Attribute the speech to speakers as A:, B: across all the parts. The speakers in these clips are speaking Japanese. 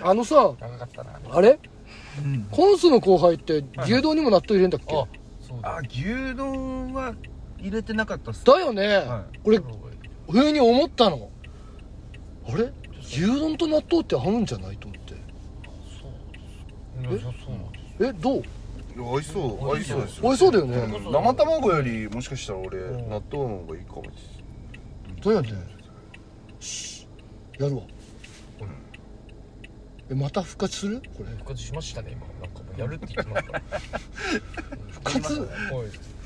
A: あのさ
B: 長かったな
A: あれ
C: うん
A: コンスの後輩って牛丼にも納豆入れんだっけ、
B: あそうだ
C: あ牛丼は入れてなかったっす
A: だよね、
C: は
A: 俺不意に思ったのあれ牛丼と納豆って合うんじゃないと思って
B: そうなんですよそうなんですよ
A: えどう
D: 合いそう合いそうですよ
A: 美味しそうだよ
D: う
A: ね
D: ん生卵よりもしかしたら俺
B: うん
D: 納豆の方がいいかもです
A: だよねやるわえまた復活するこれ
B: 復活しましたね今なんかもうやるって言ってますから
A: 復活
B: はい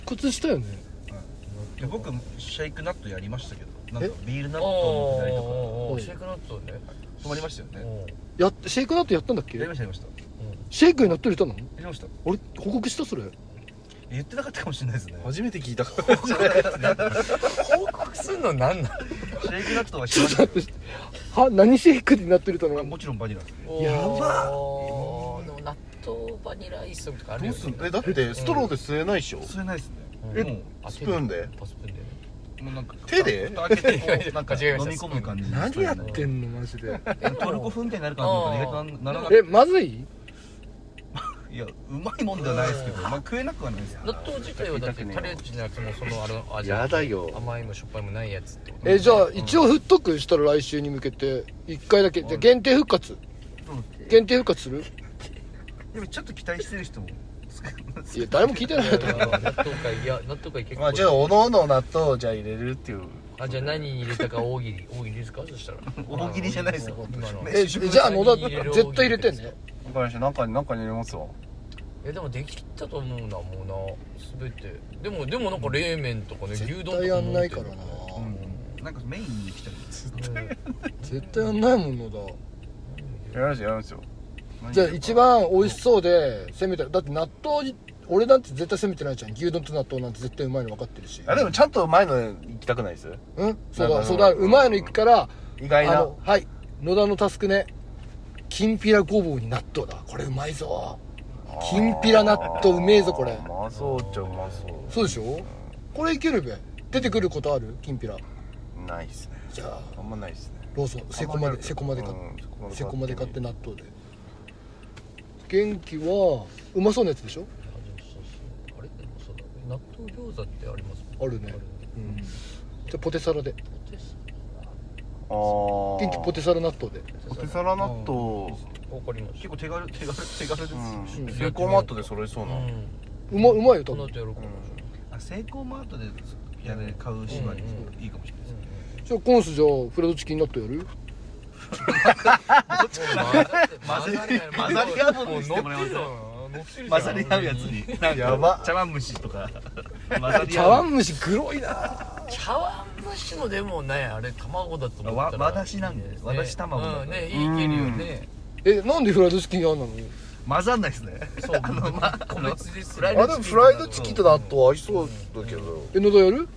A: 復活したよね
C: で僕シェイクナットやりましたけどなんかビ
B: あ
C: ールナ
B: ー
C: ットのくだりとか
B: あ
A: う
B: ー
A: ん
B: シェイクナットね
C: 止まりましたよね
A: やっシェイクナットやったんだっ
C: やり
A: け
C: ましたやりましたや
A: シェイクに納豆入れたの
C: りました
A: 俺報告したそれ
C: 言ってなかったかもしれないですね
D: 初めて 聞いたか
C: 知らなかったですね
B: 報告すんのなんな
C: シェイクナットは知
A: ち
C: ら
A: ょ
C: な
A: っ
C: か
A: と
C: ったで
A: 待っては何シェイクになってるたの
C: すもちろんバニラです
B: の
A: やば
B: おーでも納豆バニラアイスみたいなのある
D: ど
B: よね
D: うすんのえだってストローで吸えないでしょ
C: それないですね
B: うん
C: でも
B: あ
D: スプーンで
B: 手パスプーンでね
C: もうなんか
D: 手で
C: 蓋開けてこう なんか
B: 間違え
C: 飲
B: ました
C: み込む感じ
A: 何やって
C: ん
A: んのマジで
C: トルコ風みたいになるかなと思ったら意外とならなか っ
A: えまずい
C: たいやうまいもんではないですけどまあ食えなくはないですよ
B: 納豆自体はだってタレッジのやつもそのあれの味
D: やだよ
B: 甘いもしょっぱいもないやつってこと
A: えじゃあ一応振っとくしたら来週に向けて1回だけじゃあ限定復活限定復活する
C: でもちょっと期待してる人も少ない
A: いや誰も聞いて
B: いや
A: ない
B: いやいや納豆界いや納豆界結構
D: まあじゃあおのおの納豆をじゃあ入れるっていう
B: あじゃあ何に入れたか大喜利大喜利ですかそしたら
C: 大喜利じゃないですよ
B: 今の
A: えじゃあ野田絶対入れてんね
D: わかりました中に中に入れますわ
B: えでもできたと思うなもうな全てでもでもなんか冷麺とかね牛
A: 絶
B: 丼とかも
A: 対やんないからな
C: うんなんかメインに来たり
A: 絶対やんないもんのだ
D: やりますよやりますよ
A: じゃあ一番美味しそうで攻めただって納豆俺なんて絶対攻めてないじゃん牛丼と納豆なんて絶対うまいの分かってるし
D: あでもちゃんと前の行きたくないです
A: うんそうだそうだうまいのいくから
D: 意
A: あ
D: 外な
A: のはい野田のタスクねきんぴらごぼうに納豆だこれうまいぞきんぴら納豆うめえぞこれ
D: うまそうっちゃうまそう
A: そうでしょこれいけるべ出てくることあるきんぴら
D: ないっすね
A: じゃあ
D: あんまないっすね
A: ローソンセコまでセコまで買っ
D: うん
A: セコまで買って納豆で元気はうまそうなやつでしょ
B: あでもそうそうあれでもそうだ納豆餃子ってあります
A: あるねうんじゃあポテサラで
B: ポテサ
D: あー
A: 元気ポテサラ納豆で
D: ポテサラ納豆
B: ラわかりまし
C: 結構手軽手軽手軽ですよ
D: うん
A: うん
D: セコマットで揃えそう
B: た
D: な
B: うん
A: うまうまいよ多
B: この
A: 分
B: 後やろうか な
C: あセイコーマートでやる買う縛り
B: うん
C: いいかもしれないですね
A: じゃあコンスじゃあフラドチキン納豆やる
B: 混ざりもう乗ってるよな乗ってるじゃん
C: 混ざり合うもんにしてもらえます混ざり合うやつになんか
D: やば
C: 茶碗蒸しとか混ざり
A: 茶
C: 合う
A: 碗蒸しグロいな
B: 茶碗蒸しのでもねあれ卵だと思ったら
C: わ和だしなんだよ和だし卵だから
B: うんねいいけるよね
A: えなんでフライドチキン嫌なの
C: 混ざんないですね
B: そうあのまあ個別ですよ
C: あ
D: あで
C: れ
D: もフライドチキンと納豆合いそうだけど
A: え野田やる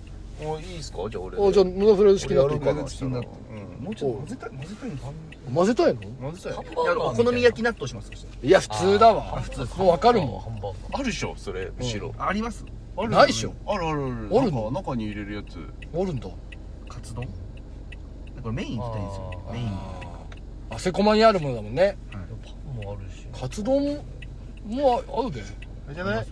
D: もういいっすかじゃあ俺で
A: あじゃあ野田フライドチキ
D: 俺
A: ン
D: や
A: 納
D: ろ
A: 豆
D: う
A: 行こ
D: かなしたら
C: 納
D: うん
C: もうちょっと混ぜたい混ぜたいんですよ
A: う混ぜたいの
D: 混ぜたよ
B: ハン
C: い
B: バー
C: や
B: ガー
C: お好み焼き納豆しますそした
A: いや普通だわ
B: あ普通
A: もう分かるもん
B: ハンバー
D: あるでしょそれ後ろ
C: らあります
D: ある
A: ないでしょ
D: あるあるある
A: あるの
D: なんか中に入れるやつ
A: あるんだ
C: カツ丼これメイン行きたいんですよ
B: あー
C: メイン
A: あセコマにあるものだもんね
B: ガーパンもあるし
A: カツ丼も合うで
D: あれじゃない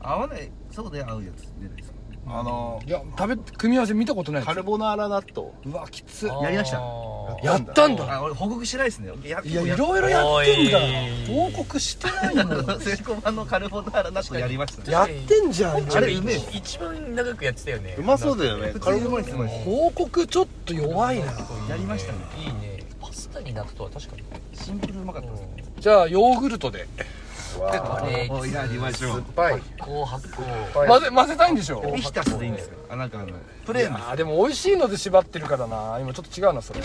C: 合わないそこで合うやつじゃないですか
D: あの
A: いや食べ組み合わせ見たことないやつ
D: カルボナーラ納豆
A: うわきつい
C: やりました
B: あー
A: やったんだ
C: あ俺報告してないですねや
A: いやい
C: や
A: ろいろやってんだ
B: おい
A: 報告してないの よ
C: セイコマのカルボナーラ納豆やりましたね
A: やってんじゃん
B: あれ
C: うめえ
B: 一番長くやってたよね
D: うまそうだよね
C: 普
D: カ
C: 通
D: ル
C: にう
D: ボ
C: まい
D: ナ
C: で
D: ー
C: すうまいです
A: 報告ちょっと弱いな
C: やりましたね
B: いいねパスタに納豆は確かに
C: シンプルでうまかったですね
A: じゃあヨーグルトで
B: あれ
C: おやりましょう
D: 酸っぱい
B: こう発酵
A: 混ぜ混ぜたいんでしょ
C: ピヒタスでいいんですかあなんかあのプレーンで
A: あーでも美味しいので縛ってるからな今ちょっと違うなそれ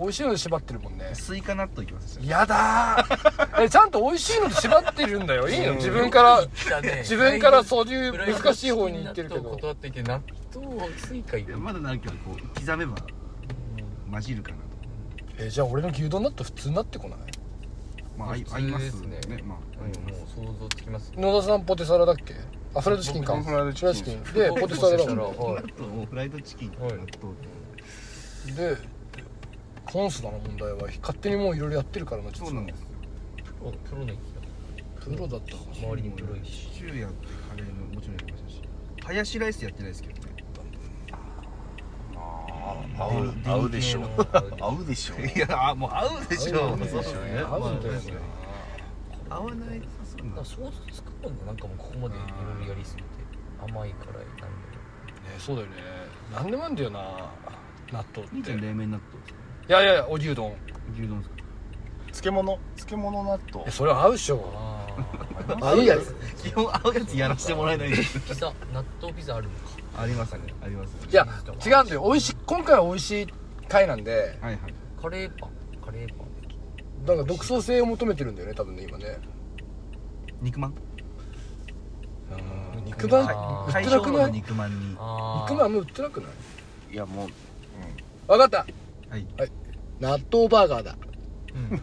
A: 美味しいので縛ってるもんね
C: すスイカ納豆いきます
A: やだーえちゃんと美味しいので縛ってるんだよいいの自分から
B: だね
A: 自分からそういう難しい方に行ってるけ
B: 納豆を
A: ど
B: 断っていて納豆を追加行く
C: まだなんかこう刻めば混じるかなと
A: えじゃあ俺の牛丼だったら普通になってこない
C: まあ合い
B: 普
C: 合
B: 通
C: いま
B: ですすね
C: ねまあ合い
B: も
C: ます
B: う想像つきます
A: 野田さんポテサラだっけあフライドチキンか
D: 僕もフライドチキン
A: フライドチキンでポテサラだもん
B: は
C: 納豆フライドチキン納
B: はい
C: 豆
A: で本数だな問題は勝手にもういろいろやってるからな実
C: そ
A: は
C: うなんですよ
B: プロプロの域が
A: プロだったから
B: 周りにプロいるし
C: シューやってカレーのもちろんやりましたしハヤシライスやってないですけどね
D: 合う合うでしょ
C: 電
D: 合うでしょ
C: いやあもう合うでしょ
A: 合うでしょ
C: そう
A: ね合うんだよね
C: 合わないさそうな
B: なんか想像つくもんねなんかもうここまでいろいろやりすぎて甘い辛いなんだろ
A: ねそうだよね何でもあんだよな納豆
C: み
A: っ
C: ーち
A: て
C: ゃん
A: い
C: 冷麺納豆ですか
A: やいやいやお牛丼
C: 牛丼ですか
D: 漬物漬物納豆
A: えそれ合うっしょ
B: あ
A: 合うやつ
C: 基本合うやつやらせてもらえないです
B: ピザ納豆ピザあるのか
C: ありますねありますね
A: いや違うんだよ美味しい今回は美味しい回なんで
C: はいはい
B: カレーパンカレーパン
A: なんか独創性を求めてるんだよね多分ね今ね
C: 肉まん
A: うん肉まん
B: あ
A: 売
B: ー
A: って
C: 最
A: な
C: 初
A: く
C: の
A: ない肉
C: 肉まんに
B: あー
A: まんも売ってなくない
D: いやもう
A: 分かった
C: はい
A: 納豆バーガーだ
B: うん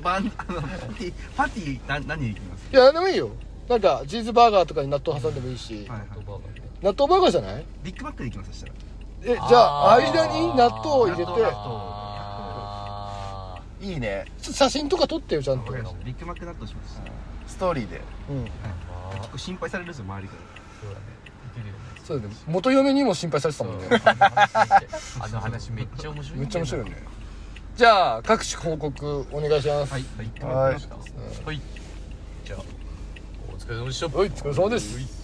C: バンあのパティパティな何いきます
A: いや何でもいいよなんかチーズバーガーとかに納豆挟んでもいいし、
C: はいはい
B: 納豆バーガーね
A: 納豆バーガーじゃない
C: ビッグマックでいきますそしたら
A: えじゃあ
B: あー
A: 間に納豆を入れて
C: 納
A: ち
C: 豆納
A: ょ
C: 豆
B: あ
D: いいね
A: っと写真とか撮ってよちゃん
C: わ
A: と
C: かりましたビッグマック納豆します
D: ストーリーで
A: うん
B: ーあー
C: 結構心配されるんですよ周りから
B: そうだねできるよね
A: そうだね元嫁にも心配されてたもんね
B: あの話めっちゃ面白い
A: めっちゃ面白いよねじゃあ各種報告お願いします
C: はいビッグマック納豆です
B: はいじゃあお疲れ様でした
A: はいお疲れ様です